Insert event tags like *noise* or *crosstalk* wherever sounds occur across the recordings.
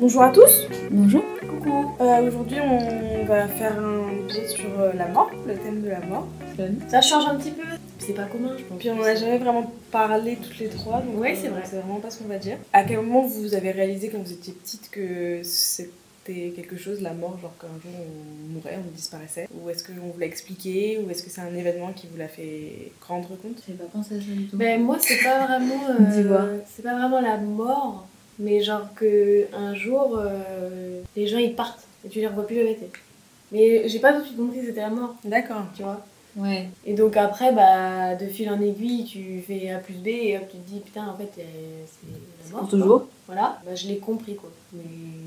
Bonjour à tous. Bonjour. Coucou. Euh, Aujourd'hui, on va faire un épisode sur euh, la mort, le thème de la mort. Ça change un petit peu. C'est pas commun, je pense. Puis on n'a jamais vraiment parlé toutes les trois, donc Ouais, c'est vrai. C'est vraiment pas ce qu'on va dire. À quel moment vous avez réalisé quand vous étiez petite que c'était quelque chose, la mort, genre qu'un jour on mourait, on disparaissait Ou est-ce qu'on vous l'a expliqué Ou est-ce que c'est un événement qui vous l'a fait rendre compte J'avais pas pensé à ça du tout. Ben, moi, c'est pas vraiment. euh, Dis voir. c'est pas vraiment la mort, mais genre que un jour, euh, les gens ils partent et tu les revois plus jamais. t'es. Mais j'ai pas tout de suite compris que c'était la mort, D'accord. tu vois. Ouais. Et donc après, bah, de fil en aiguille, tu fais A plus B et hop, tu te dis putain, en fait, euh, c'est la mort. Pour quoi. toujours. Voilà, bah, je l'ai compris quoi. Mais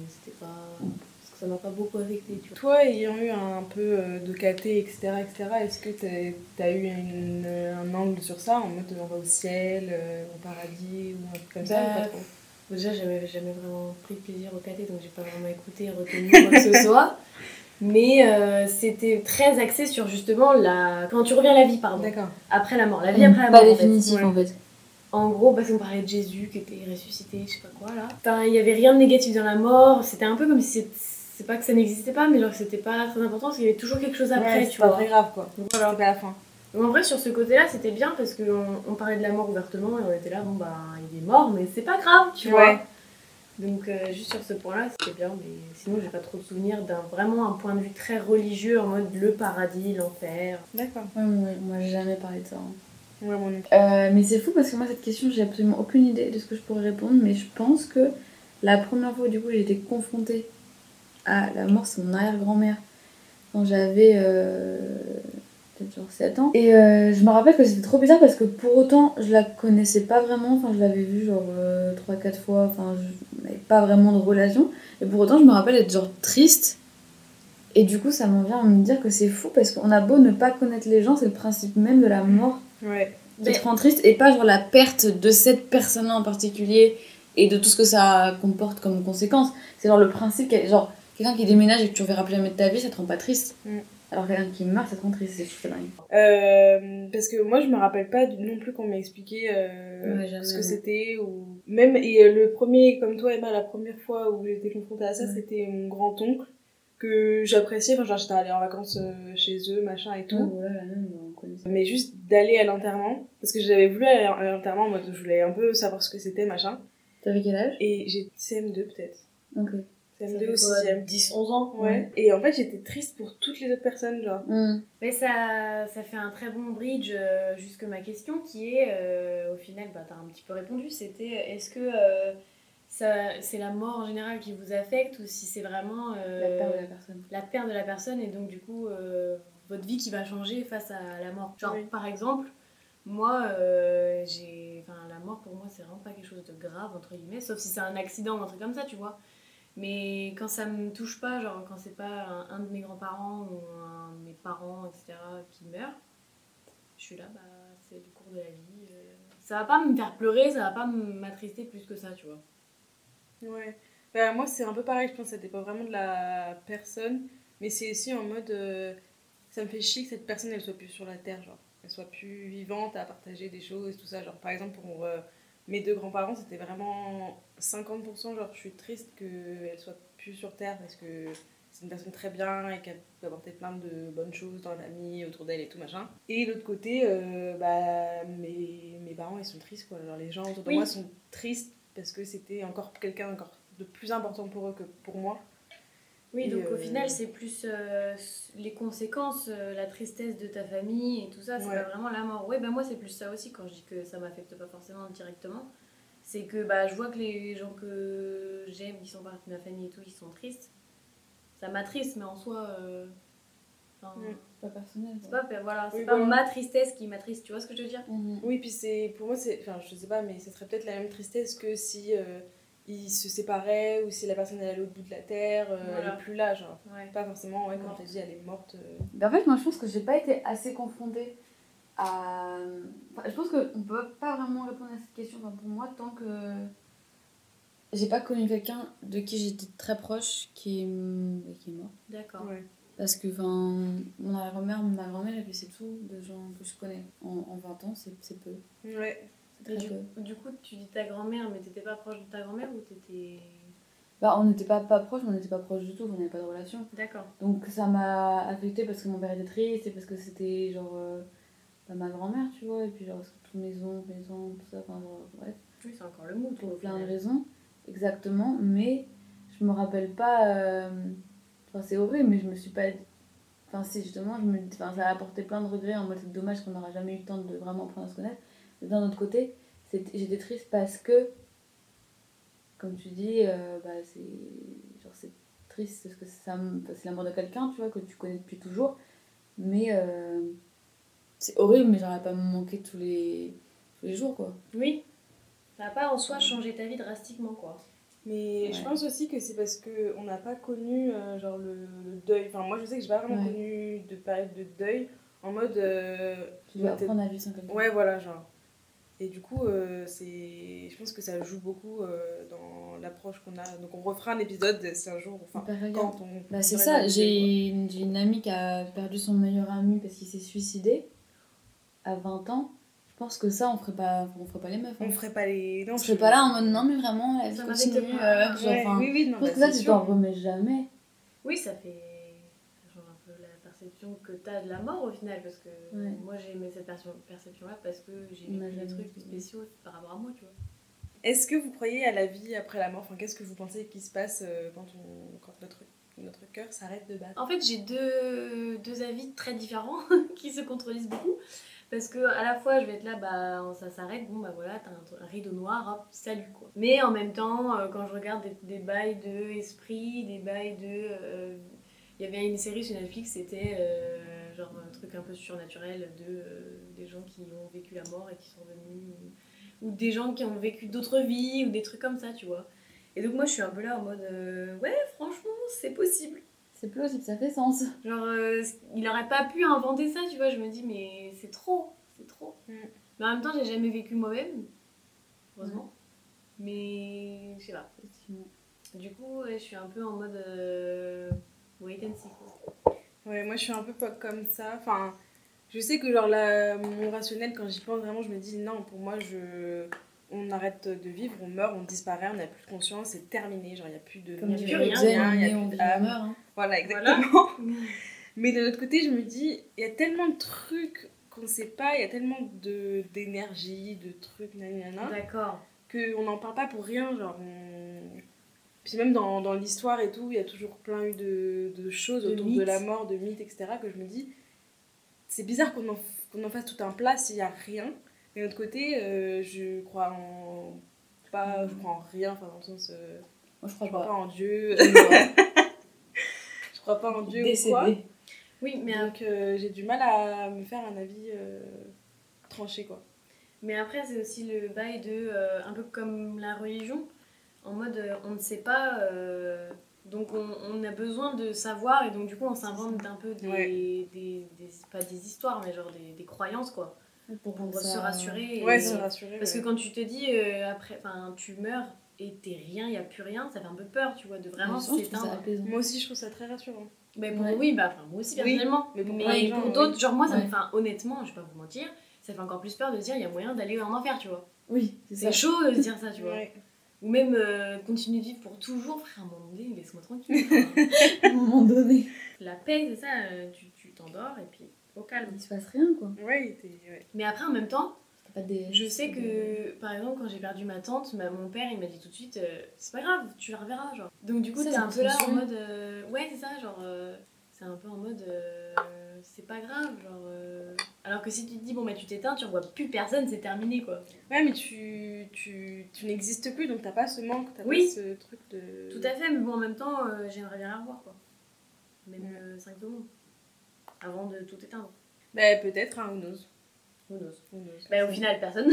c'était pas. Parce que ça m'a pas beaucoup affecté, tu vois. Toi, ayant eu un peu euh, de KT, etc., etc., est-ce que t'es- t'as eu une- un angle sur ça, en mode on va au ciel, euh, au paradis, ou un truc comme ça, ou pas Bah, trop Déjà, j'avais jamais vraiment pris de plaisir au caté, donc j'ai pas vraiment écouté, retenu quoi *laughs* que ce soit. Mais euh, c'était très axé sur justement la. Quand tu reviens à la vie, pardon. D'accord. Mmh, Après la mort. La vie après la Pas mort. en fait. définitif Ouais. en fait. En gros, parce qu'on parlait de Jésus qui était ressuscité, je sais pas quoi là. Enfin, il y avait rien de négatif dans la mort. C'était un peu comme si c'est- c'est pas que ça n'existait pas, mais genre c'était pas très important parce qu'il y avait toujours quelque chose après, Ouais, c'est tu pas vois. très grave, quoi. Voilà. C'était à la fin. Donc en vrai, sur ce côté-là, c'était bien parce qu'on on parlait de la mort ouvertement et on était là, bon bah il est mort, mais c'est pas grave, tu Ouais. vois. Donc euh, juste sur ce point-là, c'était bien, mais sinon j'ai pas trop de souvenirs d'un vraiment un point de vue très religieux en mode le paradis, l'enfer. D'accord. Ouais, moi, moi, j'ai jamais parlé de ça. hein. Ouais, mon oncle. Euh, mais c'est fou parce que moi, cette question, j'ai absolument aucune idée de ce que je pourrais répondre. Mais je pense que la première fois, du coup, j'ai été confrontée à la mort, c'est mon arrière-grand-mère. Quand j'avais euh, peut-être genre 7 ans. Et euh, je me rappelle que c'était trop bizarre parce que pour autant, je la connaissais pas vraiment. Enfin, je l'avais vue genre 3-4 fois. Enfin, je n'avais pas vraiment de relation. Et pour autant, je me rappelle être genre triste. Et du coup, ça m'en vient à me dire que c'est fou parce qu'on a beau ne pas connaître les gens, c'est le principe même de la mort Ouais. qui Mais- te rend triste et pas genre la perte de cette personne-là en particulier et de tout ce que ça comporte comme conséquence. C'est genre le principe, qu'elle- genre quelqu'un qui déménage et que tu reverras plus jamais de ta vie, ça te rend pas triste. Mm. Alors quelqu'un qui meurt, ça te rend triste, c'est- c'est dingue. Euh, parce que moi, je me rappelle pas du- non plus qu'on m'ait expliqué euh, Ouais, jamais, ce que non. c'était. ou Même, et euh, le premier, comme toi, Emma, la première fois où j'étais confrontée à ça, Ouais. c'était mon grand-oncle que j'appréciais. Enfin, genre, j'étais allée en vacances euh, chez eux, machin et tout. mais juste d'aller à l'enterrement parce que j'avais voulu aller à l'enterrement moi je voulais un peu savoir ce que c'était machin T'avais quel âge et j'ai CM2 peut-être Ok. CM2 ou Ça fait quoi, 6 10, 11 ans. ouais et en fait j'étais triste pour toutes les autres personnes genre Mm. Mais ça, ça fait un très bon bridge euh, jusque ma question qui est, euh, au final, bah, t'as un petit peu répondu, c'était euh, est-ce que euh, ça- c'est la mort en général qui vous affecte ou si c'est vraiment euh, personne. la perte de la personne et donc du coup euh, votre vie qui va changer face à la mort. Genre Oui. par exemple, moi euh, j'ai enfin la mort pour moi c'est vraiment pas quelque chose de grave entre guillemets sauf si c'est un accident ou un truc comme ça, tu vois. Mais quand ça me touche pas, genre quand c'est pas un, un de mes grands-parents ou un de mes parents etc qui meurt, je suis là bah c'est le cours de la vie. euh, Ça va pas me faire pleurer, ça va pas m'attrister plus que ça, tu vois. ouais bah, moi c'est un peu pareil je pense que ça dépend vraiment de la personne mais c'est aussi en mode euh, ça me fait chier que cette personne elle soit plus sur la terre genre elle soit plus vivante à partager des choses tout ça genre par exemple pour euh, mes deux grands-parents c'était vraiment 50% genre je suis triste qu'elle soit plus sur terre parce que c'est une personne très bien et qu'elle peut apporter plein de bonnes choses dans la famille, autour d'elle et tout machin. Et de l'autre côté, euh, bah, mes, mes parents ils sont tristes quoi. Genre, les gens autour de Oui. moi sont tristes parce que c'était encore quelqu'un encore de plus important pour eux que pour moi. Et, Oui, donc euh, au final, c'est plus euh, s- les conséquences, euh, la tristesse de ta famille et tout ça, c'est Ouais. pas vraiment la mort. Oui, bah moi, c'est plus ça aussi quand je dis que ça m'affecte pas forcément directement. C'est que bah, je vois que les gens que j'aime, qui sont partie de ma famille et tout, ils sont tristes. Ça m'attriste, mais en soi, euh, enfin, Mm. Pas personnel. c'est pas, bah, voilà, c'est Oui, pas voilà. ma tristesse qui m'attriste, tu vois ce que je veux dire Mm. Oui, puis c'est pour moi, c'est enfin, je sais pas, mais ce serait peut-être la même tristesse que si euh, ils se séparaient ou si la personne elle est à l'autre bout de la terre, euh, elle Voilà. est plus là, genre. Ouais. Pas forcément, ouais, comme Morte. t'as dit, elle est morte. euh, Ben, en fait, moi, je pense que j'ai pas été assez confrontée à. Enfin, je pense qu'on peut pas vraiment répondre à cette question enfin, pour moi tant que. J'ai pas connu quelqu'un de qui j'étais très proche qui est, bah, qui est mort. D'accord. ouais. Parce que enfin, mon arrière-grand-mère, ma grand-mère, et puis c'est tout de gens que je connais. En, en 20 ans, c'est c'est peu. Ouais. C'est Et très du, peu. du coup, tu dis ta grand-mère, mais t'étais pas proche de ta grand-mère ou t'étais. Bah, on n'était pas, pas proches, on n'était pas proches du tout, on n'avait pas de relation. D'accord. Donc ça m'a affecté parce que mon père était triste et parce que c'était genre euh, bah, ma grand-mère, tu vois, et puis genre parce que toutes mes oncles, mes oncles, tout ça, enfin genre, bref, Oui, c'est encore le mot. pour plein de raisons, exactement, mais je me rappelle pas, euh, enfin c'est horrible, mais je me suis pas, enfin si justement, je me, enfin, ça a apporté plein de regrets en mode c'est dommage qu'on n'aura jamais eu le temps de vraiment apprendre à se connaître, mais d'un autre côté, c'était- j'étais triste parce que, comme tu dis, euh, bah, c'est genre, c'est triste parce que ça me- c'est la mort de quelqu'un, tu vois, que tu connais depuis toujours. Mais euh, c'est horrible, mais j'aurais pas me manquer tous les, tous les jours, quoi. Oui. Ça n'a pas en soi changé ta vie drastiquement, quoi. Mais je Ouais. pense aussi que c'est parce que on n'a pas connu euh, genre le, le deuil. Enfin, moi je sais que j'ai pas vraiment Ouais. connu de période de deuil en mode. euh, Tu dois Ouais, t'es- apprendre à vivre sans quelqu'un. ouais, voilà, genre. Et du coup, euh, c'est je pense que ça joue beaucoup euh, dans l'approche qu'on a. Donc on refera un épisode si un jour. Enfin, Par ailleurs. quand on. Bah, c'est Ouais, ça, donc, j'ai une, j'ai une amie qui a perdu son meilleur ami parce qu'il s'est suicidé à 20 ans. Je pense que ça, on ferait pas, on ferait pas les meufs. hein. On ferait pas les. Non, On serait pas là en mode non, mais vraiment, la vie Ça continue. m'affecte pas. euh, genre, Ouais, enfin, oui, oui, non, Je pense bah, que ça, c'est tu sûr. t'en remets jamais. Oui, ça fait genre un peu la perception que tu as de la mort au final, parce que Ouais. moi j'ai aimé cette perso- perception-là parce que j'ai On a vécu jamais des trucs vu. spéciaux par rapport à moi, tu vois. Est-ce que vous croyez à la vie après la mort Enfin, qu'est-ce que vous pensez qui se passe euh, quand on quand notre notre cœur s'arrête de battre En fait, j'ai deux, deux avis très différents *laughs* qui se contredisent beaucoup. Parce que à la fois, je vais être là, bah, ça s'arrête, bon, bah voilà, t'as un, tr- un rideau noir, hop, salut quoi. Mais en même temps, euh, quand je regarde des, des bails de esprit, des bails de. euh, Il y avait une série sur Netflix, c'était euh, genre un truc un peu surnaturel de euh, des gens qui ont vécu la mort et qui sont venus. Ou des gens qui ont vécu d'autres vies, ou des trucs comme ça, tu vois. Et donc, moi, je suis un peu là en mode, euh, ouais, franchement, c'est possible. C'est plausible, ça fait sens. Genre, euh, il aurait pas pu inventer ça, tu vois. Je me dis, mais c'est trop, c'est trop. Mm. Mais en même temps, j'ai jamais vécu moi-même, heureusement. Mm. Mais je sais pas. Du coup, ouais, je suis un peu en mode euh, wait and see. *laughs* quoi. Ouais, moi je suis un peu pas comme ça. Enfin, je sais que genre là, mon rationnel, quand j'y pense vraiment, je me dis non, pour moi, je... on arrête de vivre, on meurt, on disparaît, on n'a plus de conscience, c'est terminé. Genre, il n'y a plus de. Comme il tu n'y dirait a le rien, plus Zen, d'âme, il on n'y est, a on plus vit, on d'âme. meurt. hein. Voilà, Voilà. exactement. *laughs* Mais de l'autre côté, je me dis, il y a tellement de trucs qu'on ne sait pas, il y a tellement de- d'énergie, de, trucs, nanana D'accord. qu'on n'en parle pas pour rien, genre on- Puis même dans, dans l'histoire et tout, il y a toujours plein eu de, de choses De autour de mythes. la mort, de mythes, etc. que je me dis, c'est bizarre qu'on en, f- qu'on en fasse tout un plat s'il n'y a rien. Mais d'un autre côté, euh, je crois en... Pas, je crois en rien, enfin dans le sens... euh, Moi, je je crois crois pas pas. en Dieu, Je *laughs* je crois pas en Dieu ou quoi. Décédé. Oui, mais, ap- Donc euh, j'ai du mal à me faire un avis euh, tranché, quoi. mais après, c'est aussi le bail de. euh, un peu comme la religion, en mode euh, on ne sait pas. euh, donc on, on a besoin de savoir et donc du coup on s'invente un peu des, Ouais. des- des- pas des histoires mais genre des- des croyances quoi Pour pour ça- se rassurer. et- euh, Ouais, se rassurer. Parce que ouais. quand tu te dis euh, après, enfin, tu meurs et t'es rien, il y a plus rien, ça fait un peu peur, tu vois, de En vraiment même temps, je trouve ça s'éteindre. apaisant. Moi aussi, je trouve ça très rassurant. Mais pour Ouais. oui, bah, enfin, moi aussi Oui, personnellement. mais pour mais plein de gens, pour oui. d'autres, genre moi, ça me Ouais. fait honnêtement, je vais pas vous mentir, ça fait encore plus peur de dire il y a moyen d'aller en enfer, tu vois. Oui, c'est ça. C'est chaud de se dire ça, tu vois. Ouais. Ou même euh, continue de vivre pour toujours, frère, à un moment donné, laisse-moi tranquille. *laughs* enfin. *laughs* À un moment donné, La paix, c'est ça, euh, tu tu t'endors et puis au calme. il se passe rien, quoi. Ouais, t'es- ouais. Mais après, en même temps, T'as pas des... Je sais que, par exemple, quand j'ai perdu ma tante, ma- mon père, il m'a dit tout de suite, euh, c'est pas grave, tu la reverras, genre. Donc du coup, Ça, t'es ça un me peu là en transmet. mode, euh, ouais, c'est ça, genre, euh, c'est un peu en mode, euh, c'est pas grave, genre. euh. Alors que si tu te dis, bon, bah tu t'éteins, tu revois plus personne, c'est terminé, quoi. Ouais, mais tu, tu, tu n'existes plus, donc t'as pas ce manque, t'as Oui. pas ce truc de... Tout à fait, mais bon, en même temps, euh, j'aimerais bien la revoir, quoi. Même Ouais. 5 secondes. Avant de tout éteindre. Bah, peut-être, hein, who knows. Who knows Who knows. Bah, au final, personne.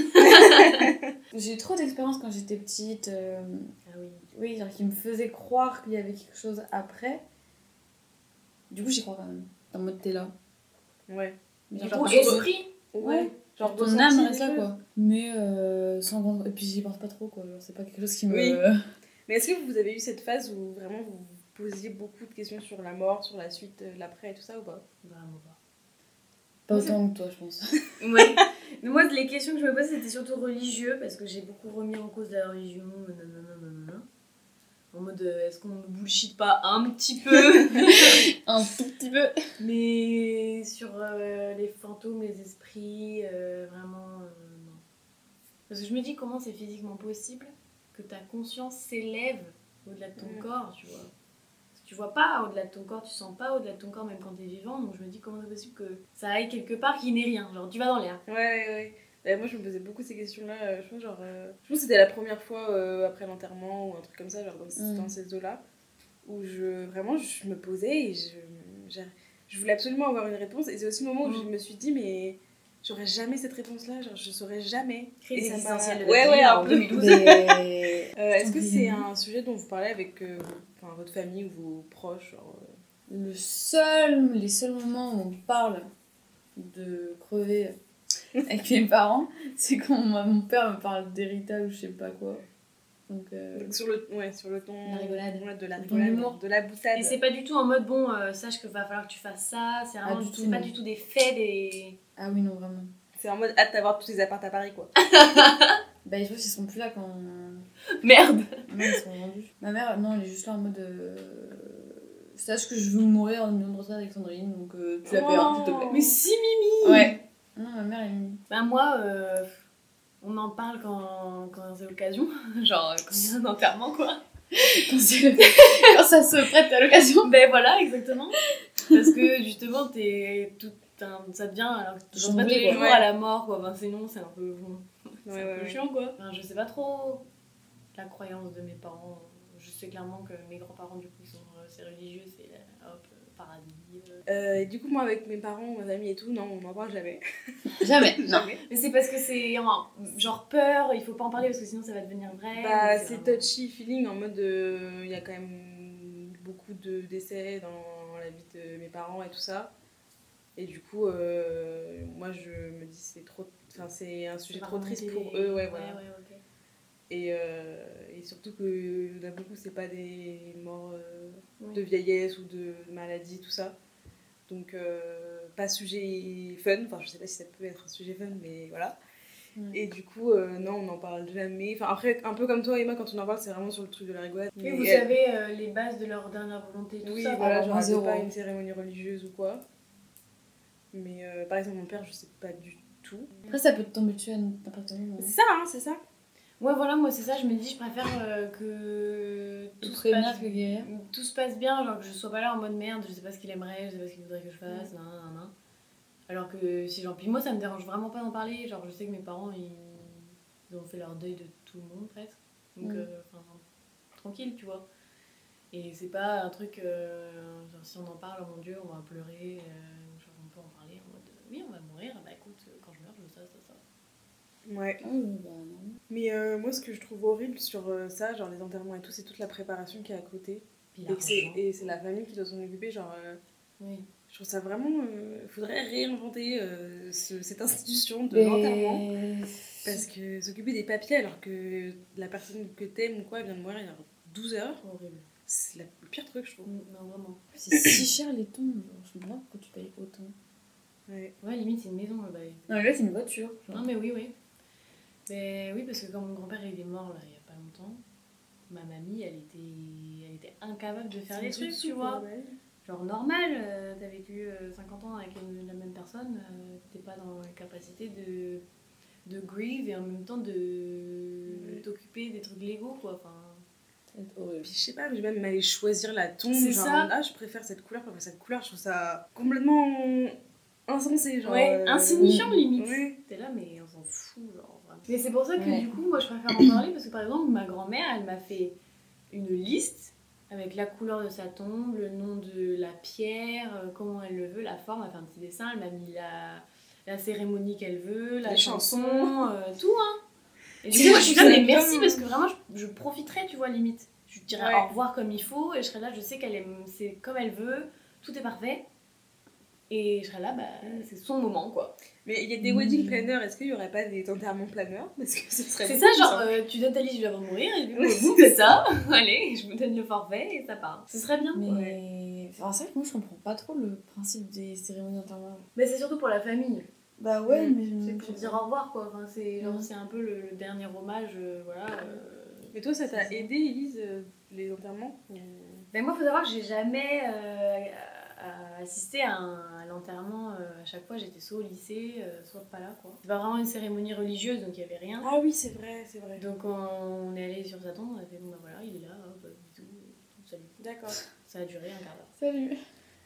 J'ai eu trop d'expériences quand j'étais petite. euh, ah oui. Oui, genre qui me faisait croire qu'il y avait quelque chose après. Du coup, j'y crois quand même. En mode, t'es là. Ouais. Mais Du genre, coup, tu- esprit, Ouais. Genre, ton ressentir âme des reste là, choses. quoi. Mais euh, sans grand... Et puis, j'y pense pas trop, quoi. Genre, c'est pas quelque chose qui me... Oui. Mais est-ce que vous avez eu cette phase où vraiment vous vous posiez beaucoup de questions sur la mort, sur la suite, euh, l'après et tout ça, ou pas vraiment Bah, Pas pas. Moi, c'est- autant que toi, je pense. Ouais. Mais moi, les questions que je me posais, c'était surtout religieux, parce que j'ai beaucoup remis en cause la religion, nanana, nanana. En mode, euh, est-ce qu'on ne bullshit pas un petit peu *laughs* Un tout petit peu. Mais sur euh, les fantômes, les esprits, euh, vraiment, euh, non. Parce que je me dis comment c'est physiquement possible que ta conscience s'élève au-delà de ton Mm. corps, tu vois. Parce que tu vois pas au-delà de ton corps, tu sens pas au-delà de ton corps même quand t'es vivant, donc je me dis comment c'est possible que ça aille quelque part qui n'est rien. Genre, tu vas dans l'air. Ouais, ouais. Euh, moi, je me posais beaucoup ces questions-là. euh, je pense, genre, euh, je pense que c'était la première fois euh, après l'enterrement ou un truc comme ça, genre dans, Mm. dans ces eaux-là, où je, vraiment, je me posais et je, j'ai- je voulais absolument avoir une réponse. Et c'est aussi le moment où je Mm. me suis dit, mais j'aurais jamais cette réponse-là, genre, je saurais jamais. Crise Et ça m'a- existentielle de la Ouais, vie ouais, en un peu. 2012. *laughs* Mais... Euh, Est-ce que c'est Vraiment. un sujet dont vous parlez avec euh, vos- enfin, votre famille ou vos proches genre, euh, Le seul, les seuls moments où on parle de crever avec mes parents, *laughs* c'est quand ma- mon père me parle d'héritage ou je sais pas quoi. Donc, euh, Donc sur le, ouais, sur le ton La rigolade. ouais, de la Le ton rigolade, d'humour. de la boutade. Et c'est pas du tout en mode bon, euh, sache que va falloir que tu fasses ça, c'est vraiment Ah, du tout, c'est pas non. du tout des *laughs* faits, des. Ah oui, non, vraiment. C'est en mode hâte d'avoir tous les apparts à Paris quoi. Bah, je pense qu'ils sont plus là quand. Merde Non, ils sont vendus. Ma mère, non, elle est juste là en mode. euh, Sache que je veux mourir en union de retraite d'Alexandrine, donc euh, tu la payes, Oh. s'il te plaît. Mais si Mimi Ouais. Non, ma mère, elle. *laughs* Bah moi, euh, on en parle quand, quand c'est l'occasion. *laughs* Genre, euh, quand il y a un enterrement, *laughs* quoi. Quand, c'est- quand ça se prête à l'occasion. ben voilà, exactement. Parce que justement, t'es tout un- ça devient... Alors, que tu Ils penses sont pas tous les doués, jours quoi. à la mort, quoi. Ben sinon, c'est un peu, bon, c'est Ouais, un ouais, peu ouais. chiant, quoi. Enfin, je sais pas trop la croyance de mes parents. Je sais clairement que mes grands-parents, du coup, ils sont... euh, C'est religieux, c'est... euh, hop, euh, paradis... euh. Euh, et du coup, moi, avec mes parents, mes amis et tout, non, on n'en parle jamais. Jamais. *laughs* *laughs* Non. Jamais. Mais c'est parce que c'est hein, genre peur, il faut pas en parler parce que sinon ça va devenir vrai. Bah, mais c'est vraiment- touchy feeling en mode. euh, Il y a quand même beaucoup de décès dans la vie de mes parents et tout ça. Et du coup, euh, moi, je me dis, c'est trop. Enfin, c'est un sujet pas trop triste remonter pour les- eux, ouais, voilà. ouais, ok. Et, euh, et surtout que il y en a beaucoup, c'est pas des morts euh, Oui. de vieillesse ou de maladie, tout ça. Donc, euh, pas sujet fun. Enfin, je sais pas si ça peut être un sujet fun, mais voilà. Mm. Et du coup, euh, non, on n'en parle jamais. Enfin, après, un peu comme toi, Emma, quand on en parle, c'est vraiment sur le truc de la rigolade. Et Mais- vous savez euh, les bases de leur dernière volonté, tout Oui, ça. hein. voilà, vraiment genre, c'est zéro. pas une cérémonie religieuse ou quoi. Mais euh, par exemple, mon père, je sais pas du tout. Après, ça peut te tomber dessus à n'importe quel moment. C'est ça, hein, c'est ça. Ouais, voilà, moi c'est ça, je me dis, je préfère euh, que Tout tout se, prévenir passe, que guérir. tout se passe bien, genre que je sois pas là en mode merde, je sais pas ce qu'il aimerait, je sais pas ce qu'il voudrait que je fasse, nan, nan, nan. Alors que si j'en. Puis moi ça me dérange vraiment pas d'en parler, genre je sais que mes parents ils, ils ont fait leur deuil de tout le monde presque. Donc, Mm. euh, enfin, tranquille, tu vois. Et c'est pas un truc, euh, genre si on en parle, oh mon dieu, on va pleurer, euh, genre on peut en parler en mode oui, on va mourir, bah écoute, quand je meurs, je veux ça, ça, ça. Ouais. Oh, bah, non. Mais euh, moi, ce que je trouve horrible sur euh, ça, genre les enterrements et tout, c'est toute la préparation qui est à côté. Puis Et, que c'est, l'argent. et c'est la famille qui doit s'en occuper. Genre, euh, Oui. je trouve ça vraiment. euh, faudrait réinventer euh, ce- cette institution de l'enterrement. Mais- Parce que s'occuper des papiers alors que la personne que t'aimes ou quoi vient de mourir il y a 12 heures, Horrible. c'est la- le pire truc, je trouve. Non, vraiment. C'est si cher les tombes. Genre, Je me demande pourquoi tu payes autant. Ouais. Ouais, limite, c'est une maison le bail. Non, mais là, c'est une voiture. Non, mais oui, oui. Mais oui, parce que quand mon grand-père il est mort là, il y a pas longtemps, ma mamie, elle était, elle était incapable de faire les trucs, tu vois. Genre normal, euh, t'as vécu euh, 50 ans avec une- la même personne, euh, t'es pas dans la capacité de, de grieve et en même temps de Ouais. t'occuper des trucs légaux, quoi. Enfin, Ça va être horrible. Puis je sais pas, mais même aller choisir la tombe, C'est genre ça. ah, je préfère cette couleur, je préfère cette couleur, je trouve ça complètement insensé. Genre, ouais, euh, insignifiant limite. Ouais. T'es là, mais on s'en fout, genre. vraiment. Mais c'est pour ça que Ouais. du coup, moi, je préfère en parler parce que par exemple, ma grand-mère, elle m'a fait une liste avec la couleur de sa tombe, le nom de la pierre, euh, comment elle le veut, la forme, elle a fait un petit dessin, elle m'a mis la, la cérémonie qu'elle veut, la Les chanson, chansons. euh, tout, hein. Et du C'est coup, moi, je suis vrai là, que c'est mais merci comme- parce que vraiment, je, je profiterais, tu vois, limite. Je dirais Ouais. au revoir comme il faut et je serais là, je sais qu'elle aime, c'est comme elle veut, tout est parfait. Et je serais là, bah, Mm. c'est son moment, quoi. Mais il y a des wedding Mm. planners, est-ce qu'il n'y aurait pas des enterrements planners *laughs* Parce que ce serait C'est ça, beaucoup plus genre, simple. euh, tu donnes ta liste, je vais avant mourir, et puis Oui, bon, c'est ça, *laughs* allez, je me donne le forfait et ça part. Ce serait bien. Mais. quoi. Enfin, c'est vrai que moi, je comprends pas trop le principe des cérémonies d'enterrement. Mais c'est surtout pour la famille, Bah ouais, mais. Mm. c'est pour dire au revoir, quoi. Enfin, c'est genre, Mm. c'est un peu le, le dernier hommage, euh, voilà. euh, Mais toi, ça t'a C'est ça. aidé, Elise, euh, les enterrements ou- Ben moi, faut savoir que j'ai jamais euh, euh, assisté à, un- à l'enterrement. euh, à chaque fois, j'étais soit au lycée, euh, soit pas là, quoi. C'était pas vraiment une cérémonie religieuse, donc il y avait rien. Ah oui, c'est vrai, c'est vrai. Donc on, on est allé sur sa tombe, on a fait bon bah voilà, il est là, hop, hop, et tout, salut. D'accord. Ça a duré un quart d'heure. Salut.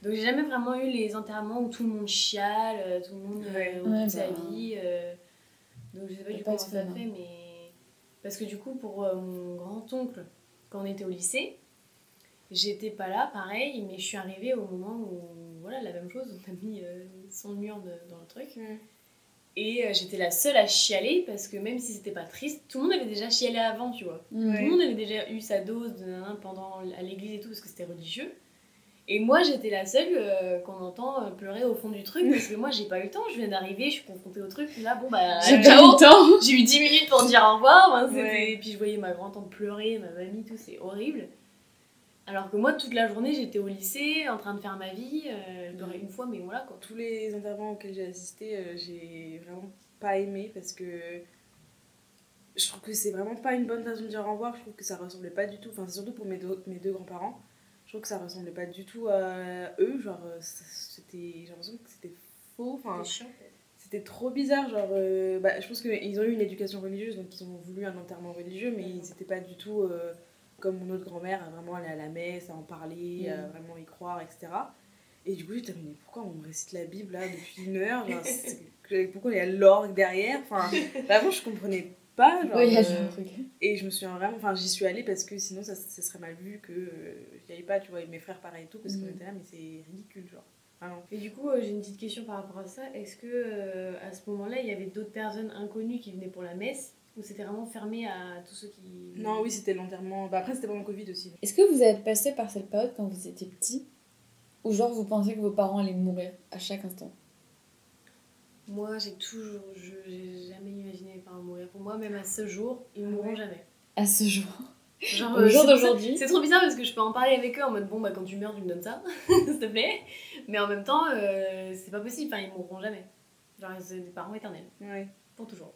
Donc j'ai jamais vraiment eu les enterrements où tout le monde chiale, euh, tout le monde euh, Ouais. ou toute Ouais, sa bah. vie. euh, donc je sais pas T'as du coup pas comment de fun, ça fait, mais parce que du coup pour euh, mon grand oncle quand on était au lycée, j'étais pas là, pareil, mais je suis arrivée au moment où voilà la même chose, on a mis euh, son mur de- dans le truc. Hmm. Et euh, j'étais la seule à chialer parce que même si c'était pas triste, tout le monde avait déjà chialé avant, tu vois. Tout Mhm. Ouais. le monde avait déjà eu sa dose de nanan pendant l- à l'église et tout parce que c'était religieux. Et moi j'étais la seule euh, qu'on entend euh, pleurer au fond du truc parce que moi j'ai pas eu le temps, je viens d'arriver, je suis confrontée au truc, puis là bon bah J'ai euh, pas eu ciao. le temps. j'ai eu 10 minutes pour dire au revoir, hein, c'était- Ouais. et puis je voyais ma grand-tante pleurer, ma mamie, tout, c'est horrible. Alors que moi toute la journée j'étais au lycée en train de faire ma vie, euh, je pleurais une fois mais voilà quoi. Tous les intervenants auxquels j'ai assisté, euh, j'ai vraiment pas aimé parce que je trouve que c'est vraiment pas une bonne façon de dire au revoir. Je trouve que ça ressemblait pas du tout, enfin, c'est surtout pour mes deux, mes deux grands-parents, je trouve que ça ressemblait pas du tout à eux. Genre, euh, c'était, j'ai l'impression que c'était faux. Enfin, c'était trop bizarre genre euh, bah, je pense qu'ils ont eu une éducation religieuse donc ils ont voulu un enterrement religieux mais ils n'étaient pas du tout euh, comme mon autre grand-mère à vraiment aller à la messe à en parler à Mhm. vraiment y croire etc et du coup j'étais mais pourquoi on me récite la Bible là depuis une heure *laughs* Genre, c'est- c'est- pourquoi il y a l'orgue derrière enfin avant je comprenais pas genre, Ouais, il y a euh, genre un truc. et je me suis vraiment enfin j'y suis allée parce que sinon ça, ça serait mal vu que euh, j'y aille pas tu vois et mes frères pareil et tout parce qu'on Mhm. était là mais c'est ridicule genre vraiment Et du coup, euh, j'ai une petite question par rapport à ça. Est-ce que euh, à ce moment-là, il y avait d'autres personnes inconnues qui venaient pour la messe ou c'était vraiment fermé à tous ceux qui non oui c'était l'enterrement bah, après c'était pendant le Covid aussi Est-ce que vous êtes passé par cette période quand vous étiez petit Ou genre vous pensiez que vos parents allaient mourir à chaque instant Moi, j'ai toujours, je j'ai jamais imaginé mes parents mourir. Pour moi, même à ce jour, ils mourront Ouais. *laughs* jamais. À ce jour. Genre, Au euh, jour c'est pour ça- d'aujourd'hui. C'est trop bizarre parce que je peux en parler avec eux en mode bon bah quand tu meurs, tu me donnes ça, *laughs* s'il te plaît. Mais en même temps, euh, c'est pas possible. Enfin, ils mourront jamais. Genre, c'est des parents éternels ouais pour toujours.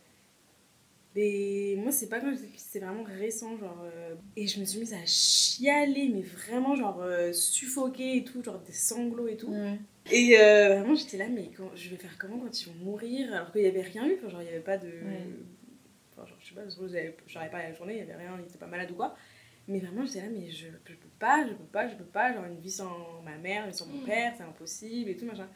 Et moi, c'est pas quand j'étais petite, c'est vraiment récent, genre. euh, et je me suis mise à chialer, mais vraiment, genre, euh, suffoquée et tout, genre des sanglots et tout. Ouais. Et euh, vraiment, j'étais là, mais quand, je vais faire comment quand ils vont mourir Alors qu'il n'y avait rien eu, enfin, genre, il n'y avait pas de. Ouais. Enfin, genre, je sais pas, parce que j'avais- j'arrivais pas à la journée, il n'y avait rien, il était pas malade ou quoi. Mais vraiment, j'étais là, mais je, je peux pas, je peux pas, je peux pas, genre, une vie sans ma mère, sans mon père, c'est impossible et tout, machin.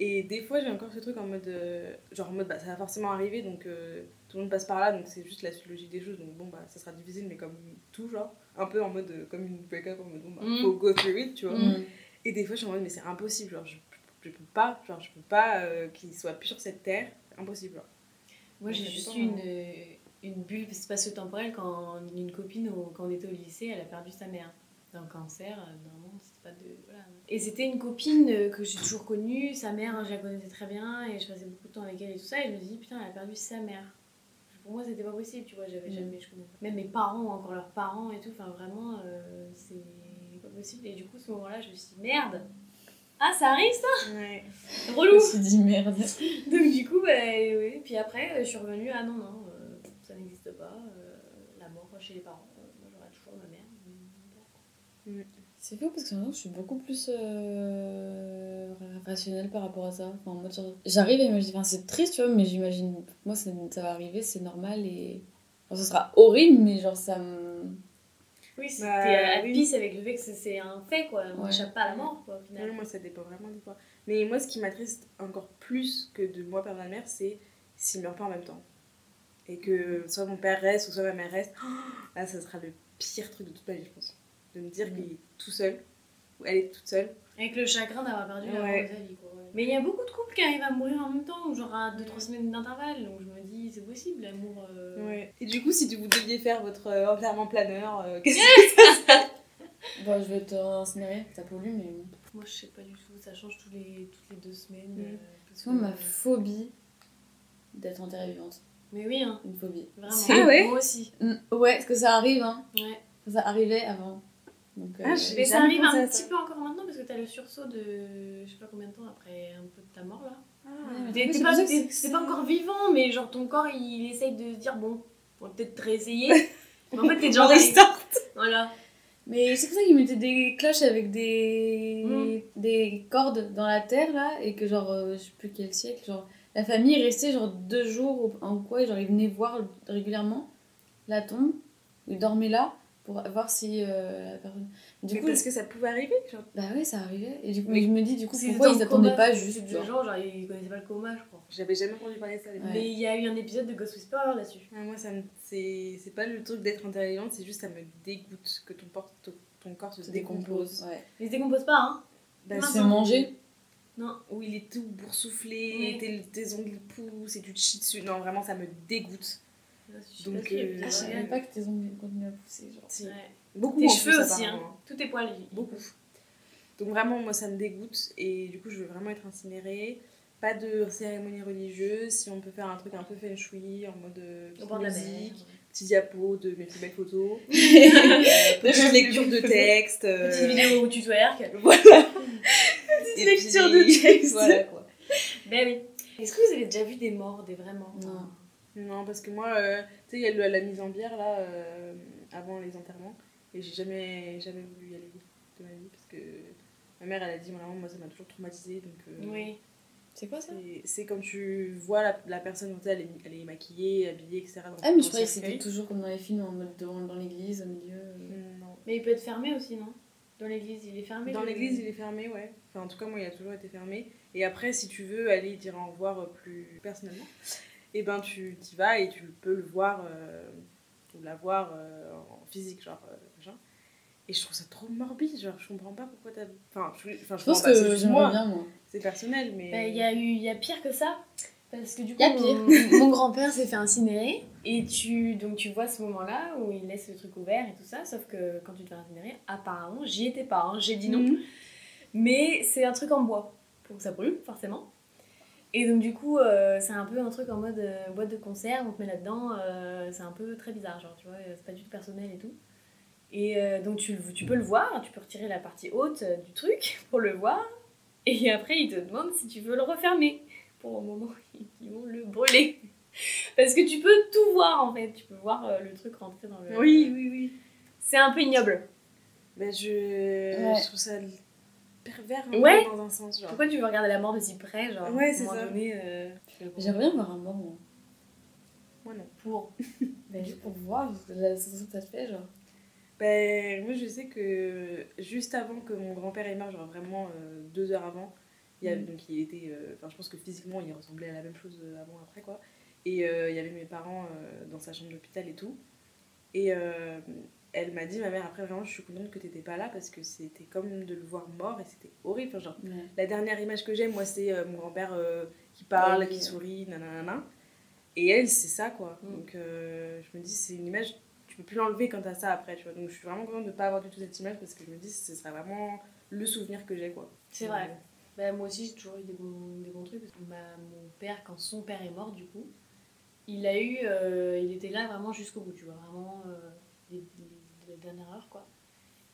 Et des fois, j'ai encore ce truc en mode. euh, genre, en mode, bah, ça va forcément arriver, donc euh, tout le monde passe par là, donc c'est juste la logique des choses, donc bon, bah, ça sera difficile, mais comme tout, genre, un peu en mode, euh, comme une break-up, en mode, bon, bah, Mm. faut go through it, tu vois. Mm. Et des fois, je suis en mode, mais c'est impossible, genre, je, je peux pas, genre, je peux pas euh, qu'il soit plus sur cette terre, impossible. genre. Moi, Ouais, j'ai ça juste eu dépend, une, une bulle spatio-temporelle quand une copine, au- quand on était au lycée, elle a perdu sa mère d'un cancer. euh, Normalement, c'était pas de. Voilà. Et c'était une copine euh, que j'ai toujours connue. Sa mère, hein, je la connaissais très bien et je passais beaucoup de temps avec elle et tout ça. Et je me suis dit, putain, elle a perdu sa mère. Pour moi, c'était pas possible, tu vois. J'avais Mm. jamais. Je connais pas. Même mes parents, encore leurs parents et tout. Enfin, vraiment, euh, c'est pas possible. Et du coup, ce moment-là, je me suis dit, merde! Ah, ça arrive ça! Ouais. Je Relou! me suis dit merde. *laughs* Donc du coup, bah, oui. Puis après, euh, je suis revenue, ah non, non, euh, ça n'existe pas, euh, la mort chez les parents. Euh, moi, j'aurais toujours ma mère. C'est fou parce que maintenant, je suis beaucoup plus euh, rationnelle par rapport à ça. Enfin, en mode, genre, j'arrive à imaginer. Enfin, c'est triste, tu vois, mais j'imagine. Moi, ça, ça va arriver, c'est normal et. Enfin, ça sera horrible, mais genre, ça me. Oui, c'était Bah, à oui. pisse avec le fait que c'est- c'est un fait, quoi. On Ouais. n'échappe pas à la mort, quoi, au Ouais, final. moi, ça dépend vraiment des fois. Mais moi, ce qui m'attriste encore plus que de moi perdre ma mère, c'est s'ils meurent pas en même temps. Et que soit mon père reste ou soit ma mère reste, oh, là, ça sera le pire truc de toute ma vie, je pense. De me dire Mhm. qu'il est tout seul, ou elle est toute seule. Avec le chagrin d'avoir perdu la Ouais. mort de sa vie, quoi. ouais. Mais il y a beaucoup de couples qui arrivent à mourir en même temps, ou genre à 2-3 semaines d'intervalle. Donc je me dis, c'est possible, l'amour. euh, Et du coup, si vous deviez faire votre euh, enterrement planeur, euh, qu'est-ce Bon, je vais te renseigner, ça pollue, mais. Moi, je sais pas du tout, ça change tous les, toutes les deux semaines. Mm. euh, parce Tu vois, que- ma phobie d'être enterrée vivante. Mais oui, hein, Une phobie. vraiment. Ah ouais Moi aussi. Ouais, parce que ça arrive, hein. Ouais. Ça arrivait avant. Donc, euh, Ah, j'ai- Mais ça jamais arrive pensé un à petit ça. peu encore maintenant parce que t'as le sursaut de je sais pas combien de temps après un peu de ta mort là. Ah. T'es mais t'es c'est pas, pour ça que t'es- c'est- *laughs* t'es pas encore vivant mais genre ton corps il essaye de se dire bon on va peut-être te réessayer Mais en fait, t'es déjà Genre, en il arrière. start. Voilà. Mais c'est pour ça qu'ils mettaient des cloches avec des... des cordes dans la terre, là, et que genre, euh, je sais plus quel siècle, genre, la famille restait genre deux jours ou en quoi, et genre, ils venaient voir régulièrement la tombe, ils dormaient là pour voir si euh, la personne. Du Mais coup, parce que ça pouvait arriver. Genre. bah ouais, ça arrivait. Et du coup, mais je me dis, du coup, S'ils pourquoi étaient ils en attendaient coma, pas C'est juste. des genre, gens, genre, ils connaissaient pas le coma, je crois. J'avais jamais entendu parler de ça. à l'époque. Ouais. Mais il y a eu un épisode de Ghost Whisperer là-dessus. Ah, moi, ça me... c'est... c'est pas le truc d'être intelligente, c'est juste ça me dégoûte que ton, por- ton- ton corps se se décompose. Ouais. Ils se décomposent pas, hein. Bah, Non, si. Se manger. Où il est tout boursouflé, Ouais. tes, tes ongles poussent et tu te chies dessus. Non, vraiment, ça me dégoûte. Je suis Donc, pas sûre, euh, mais Ah, je savais ouais. même pas que tes ongles continuent à pousser, genre. Ouais. Beaucoup Tes en cheveux plus, aussi, hein. apparemment. Tous tes poils. ils- Beaucoup. Donc vraiment, moi, ça me dégoûte. Et du coup, je veux vraiment être incinérée. Pas de cérémonie religieuse. Si on peut faire un truc un peu feng shui, en mode euh, Au bord de la mer. musique, petit diapo de mes plus belles *laughs* photos, Euh, Petite petite lecture *laughs* de texte. euh, vidéo où tu twerk. Voilà. Petite Et lecture puis, de *laughs* texte. Voilà quoi. Ben oui. Est-ce que vous avez déjà vu des morts, des vrais morts Non. Non, parce que moi, euh, tu sais, il y a le- la mise en bière là, euh, avant les enterrements, et j'ai jamais, jamais voulu y aller de ma vie, parce que ma mère, elle a dit vraiment, moi, ça m'a toujours traumatisée, donc. euh, Oui. C'est quoi ça c'est- C'est quand tu vois la, la personne, tu sais, elle, est- elle est maquillée, habillée, etc. dans- Ah, mais dans je croyais que sa c'était feuille. toujours comme dans les films, en mode devant, dans l'église, au milieu. euh. Non. Mais il peut être fermé aussi, non Dans l'église, il est fermé. Dans le- l'église, il est fermé, ouais. Enfin, en tout cas, moi, il a toujours été fermé. Et après, si tu veux aller dire au revoir euh, plus personnellement, et ben, tu t'y vas et tu peux le voir euh, ou la voir euh, en physique, genre. euh, machin. et je trouve ça trop morbide, genre, je comprends pas pourquoi t'as. Enfin, je, enfin, je Je comprends pense pas, c'est que juste j'aimerais moi, bien, bah, moi. c'est personnel, mais. Ben, il y a eu, il y a pire que ça. Parce que du coup, Y a pire. Mon, *laughs* mon grand-père s'est fait incinérer. Et tu, donc tu vois ce moment-là où il laisse le truc ouvert et tout ça. Sauf que quand tu te fais incinérer, apparemment, j'y étais pas. hein, J'ai dit non. Mhm. Mais c'est un truc en bois, pour que ça brûle, forcément. Et donc, du coup, euh, c'est un peu un truc en mode euh, boîte de conserve, on te met là-dedans, euh, c'est un peu très bizarre, genre, tu vois, euh, c'est pas du tout personnel et tout. Et euh, donc, tu, le- tu peux le voir, tu peux retirer la partie haute euh, du truc *laughs* pour le voir, et après, ils te demandent si tu veux le refermer pour au moment *laughs* où ils vont le brûler. Parce que tu peux tout voir en fait, tu peux voir euh, le truc rentrer dans le. Oui, oui, oui. C'est un peu ignoble. Ben, je... Ouais. je trouve ça pervers un peu, Ouais. dans un sens, genre. Pourquoi tu veux regarder la mort de si près, genre Ouais, à un c'est moment ça. donné, euh, tu le vois. J'aimerais bien voir un mort, moi. Moi, non. pour Ben, juste pour voir la sensation que ça te fait, genre. Ben, moi, je sais que juste avant que mon grand-père ait mort, genre vraiment euh, deux heures avant, il y avait, Mhm. donc il était. euh, Enfin, je pense que physiquement, il ressemblait à la même chose euh, avant, après, quoi. Et euh, il y avait mes parents euh, dans sa chambre d'hôpital et tout. Et euh, elle m'a dit, ma mère, après, vraiment, je suis contente que t'étais pas là parce que c'était comme de le voir mort et c'était horrible. Enfin, genre, la dernière image que j'ai, moi, c'est euh, mon grand-père euh, qui parle, Ouais, qui ouais. sourit, nanana. Et elle, c'est ça, quoi. Mm. Donc, euh, je me dis, c'est une image, tu peux plus l'enlever quand t'as ça après, tu vois. Donc, je suis vraiment contente de pas avoir du tout cette image parce que je me dis, ce sera vraiment le souvenir que j'ai, quoi. Euh, C'est vrai. Bah, moi aussi, j'ai toujours eu des bons, des bons trucs. parce que ma- mon père, quand son père est mort, du coup, il a eu. euh, il était là vraiment jusqu'au bout, tu vois, vraiment euh, les- les- la dernière heure, quoi.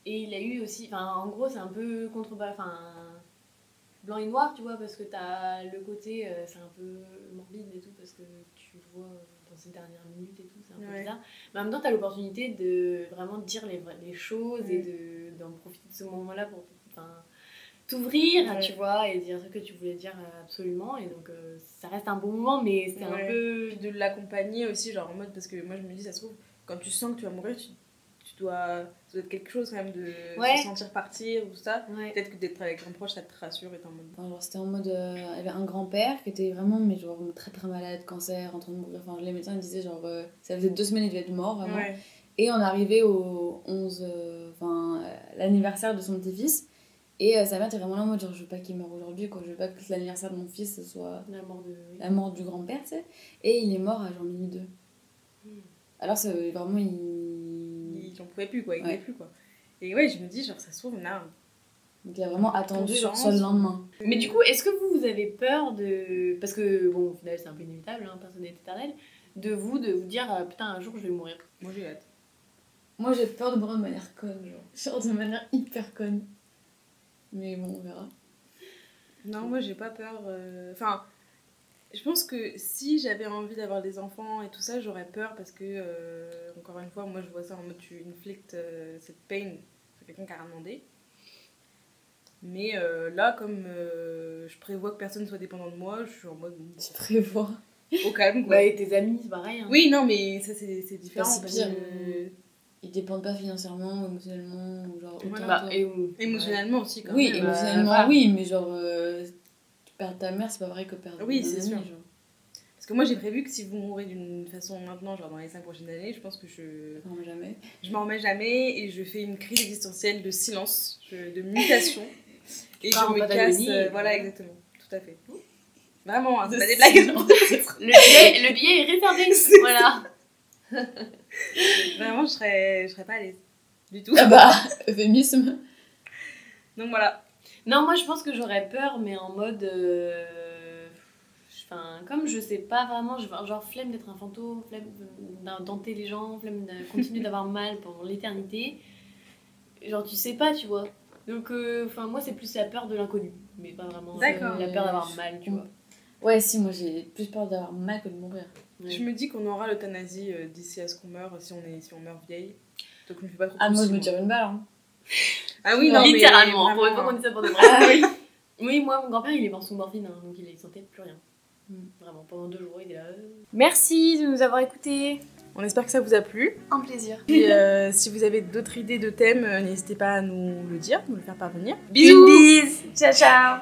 Et il a eu aussi. Enfin, en gros, c'est un peu contre. Enfin, blanc et noir, tu vois, parce que t'as le côté. euh, c'est un peu morbide et tout, parce que tu vois euh, dans ces dernières minutes et tout, c'est un peu Ouais. bizarre. Mais en même temps, t'as l'opportunité de vraiment dire les, vraies- les choses et Mm. de- d'en profiter de ce moment-là pour. Enfin, t'ouvrir, Ouais. tu vois, et dire ce que tu voulais dire euh, absolument. Et donc, euh, ça reste un bon moment, mais c'est Ouais. un peu. Et de l'accompagner aussi, genre en mode, parce que moi, je me dis, ça se trouve, quand tu sens que tu vas mourir, tu, tu dois. Ça doit être quelque chose, quand même, de Ouais. se sentir partir ou ça. Ouais. Peut-être que d'être avec un proche, ça te rassure et t'es en mode. Enfin, genre, c'était en mode. euh, il y avait un grand-père qui était vraiment, mais genre, très très malade, cancer, en train de mourir. Enfin, les médecins ils disaient, genre, euh, ça faisait deux semaines, il devait être mort, vraiment. Ouais. Et on arrivait au 11. euh, Enfin, euh, l'anniversaire de son petit-fils. Et euh, sa mère était vraiment là en mode, genre, je veux pas qu'il meure aujourd'hui, quoi. Je veux pas que l'anniversaire de mon fils ce soit La mort de. oui. la mort du grand-père, tu sais. Et il est mort à genre minuit 2. Mm. Alors, ça, vraiment, Hmm. il. Ils n'en pouvaient plus, quoi. Ils Ouais. n'avaient plus, quoi. Et ouais, je me dis, genre, ça se trouve, on a un Donc, il a vraiment attendu, genre, chance. soit le lendemain. Mais du coup, est-ce que vous, vous avez peur de. Parce que, bon, au final, c'est un peu inévitable, hein, personne n'est éternel. De vous, de vous dire, ah, putain, un jour, je vais mourir. Moi, j'ai hâte. Moi, j'ai peur de mourir de manière conne, genre. Genre, de manière hyper conne. Mais bon, on verra. Non, moi j'ai pas peur. euh, Enfin, Je pense que si j'avais envie d'avoir des enfants et tout ça, j'aurais peur parce que, euh, encore une fois, moi je vois ça en mode tu inflictes euh, cette peine à quelqu'un qui a rien demandé. Mais euh, là, comme euh, je prévois que personne soit dépendant de moi, je suis en mode Tu prévois. au calme quoi. Bah, et tes amis, c'est pareil. hein. Oui, non, mais ça c'est c'est différent. Bah, c'est parce pire. que- Ils dépendent pas financièrement ou émotionnellement ou genre autant. Voilà. toi. Bah, et où Émotionnellement aussi quand oui, même. bah, émotionnellement voilà. oui, mais genre euh, perdre ta mère, c'est pas vrai que perdre Oui, ton c'est ami, sûr. genre. Parce que moi j'ai prévu que si vous mourrez d'une façon maintenant, genre dans les 5 prochaines années, je pense que je, Non, jamais. *laughs* je m'en remets jamais et je fais une crise existentielle de silence, je- de mutation. *laughs* et pars je en me casse. Patagonie, euh, et voilà, voilà. exactement. Tout à fait. Vraiment, hein, c'est De pas des blagues. Le billet, le billet est *laughs* réservé. voilà. *laughs* Vraiment, je serais, je serais pas à l'aise. Du tout. Ah bah, euphémisme. Donc voilà. Non, moi je pense que j'aurais peur, mais en mode. euh, Enfin, comme je sais pas vraiment, je- genre flemme d'être un fantôme, flemme d'in- d'hanter les gens, flemme de *laughs* continuer d'avoir mal pendant l'éternité. Genre tu sais pas, tu vois. Donc, euh, enfin, moi c'est plus la peur de l'inconnu, mais pas vraiment euh, D'accord. la peur d'avoir mal, tu vois. Ouais, si, moi j'ai plus peur d'avoir mal que de mourir. Je me dis qu'on aura l'euthanasie euh, d'ici à ce qu'on meure, si on, est, si on meurt vieille. Donc je me fais pas trop Ah, moi je souci, me tire une balle. Hein. Ah oui, non, mais Littéralement, pour une vraiment, fois qu'on hein. dit ça pour de vrai. Ah *laughs* oui. moi, mon grand-père, il est mort sous morphine, hein, donc il il sentait plus rien. Mm. Vraiment, pendant deux jours, il est là. euh, Merci de nous avoir écoutés. On espère que ça vous a plu. Un plaisir. Et euh, si vous avez d'autres idées de thèmes, euh, n'hésitez pas à nous le dire, nous le faire parvenir. Bisous. Ciao, ciao.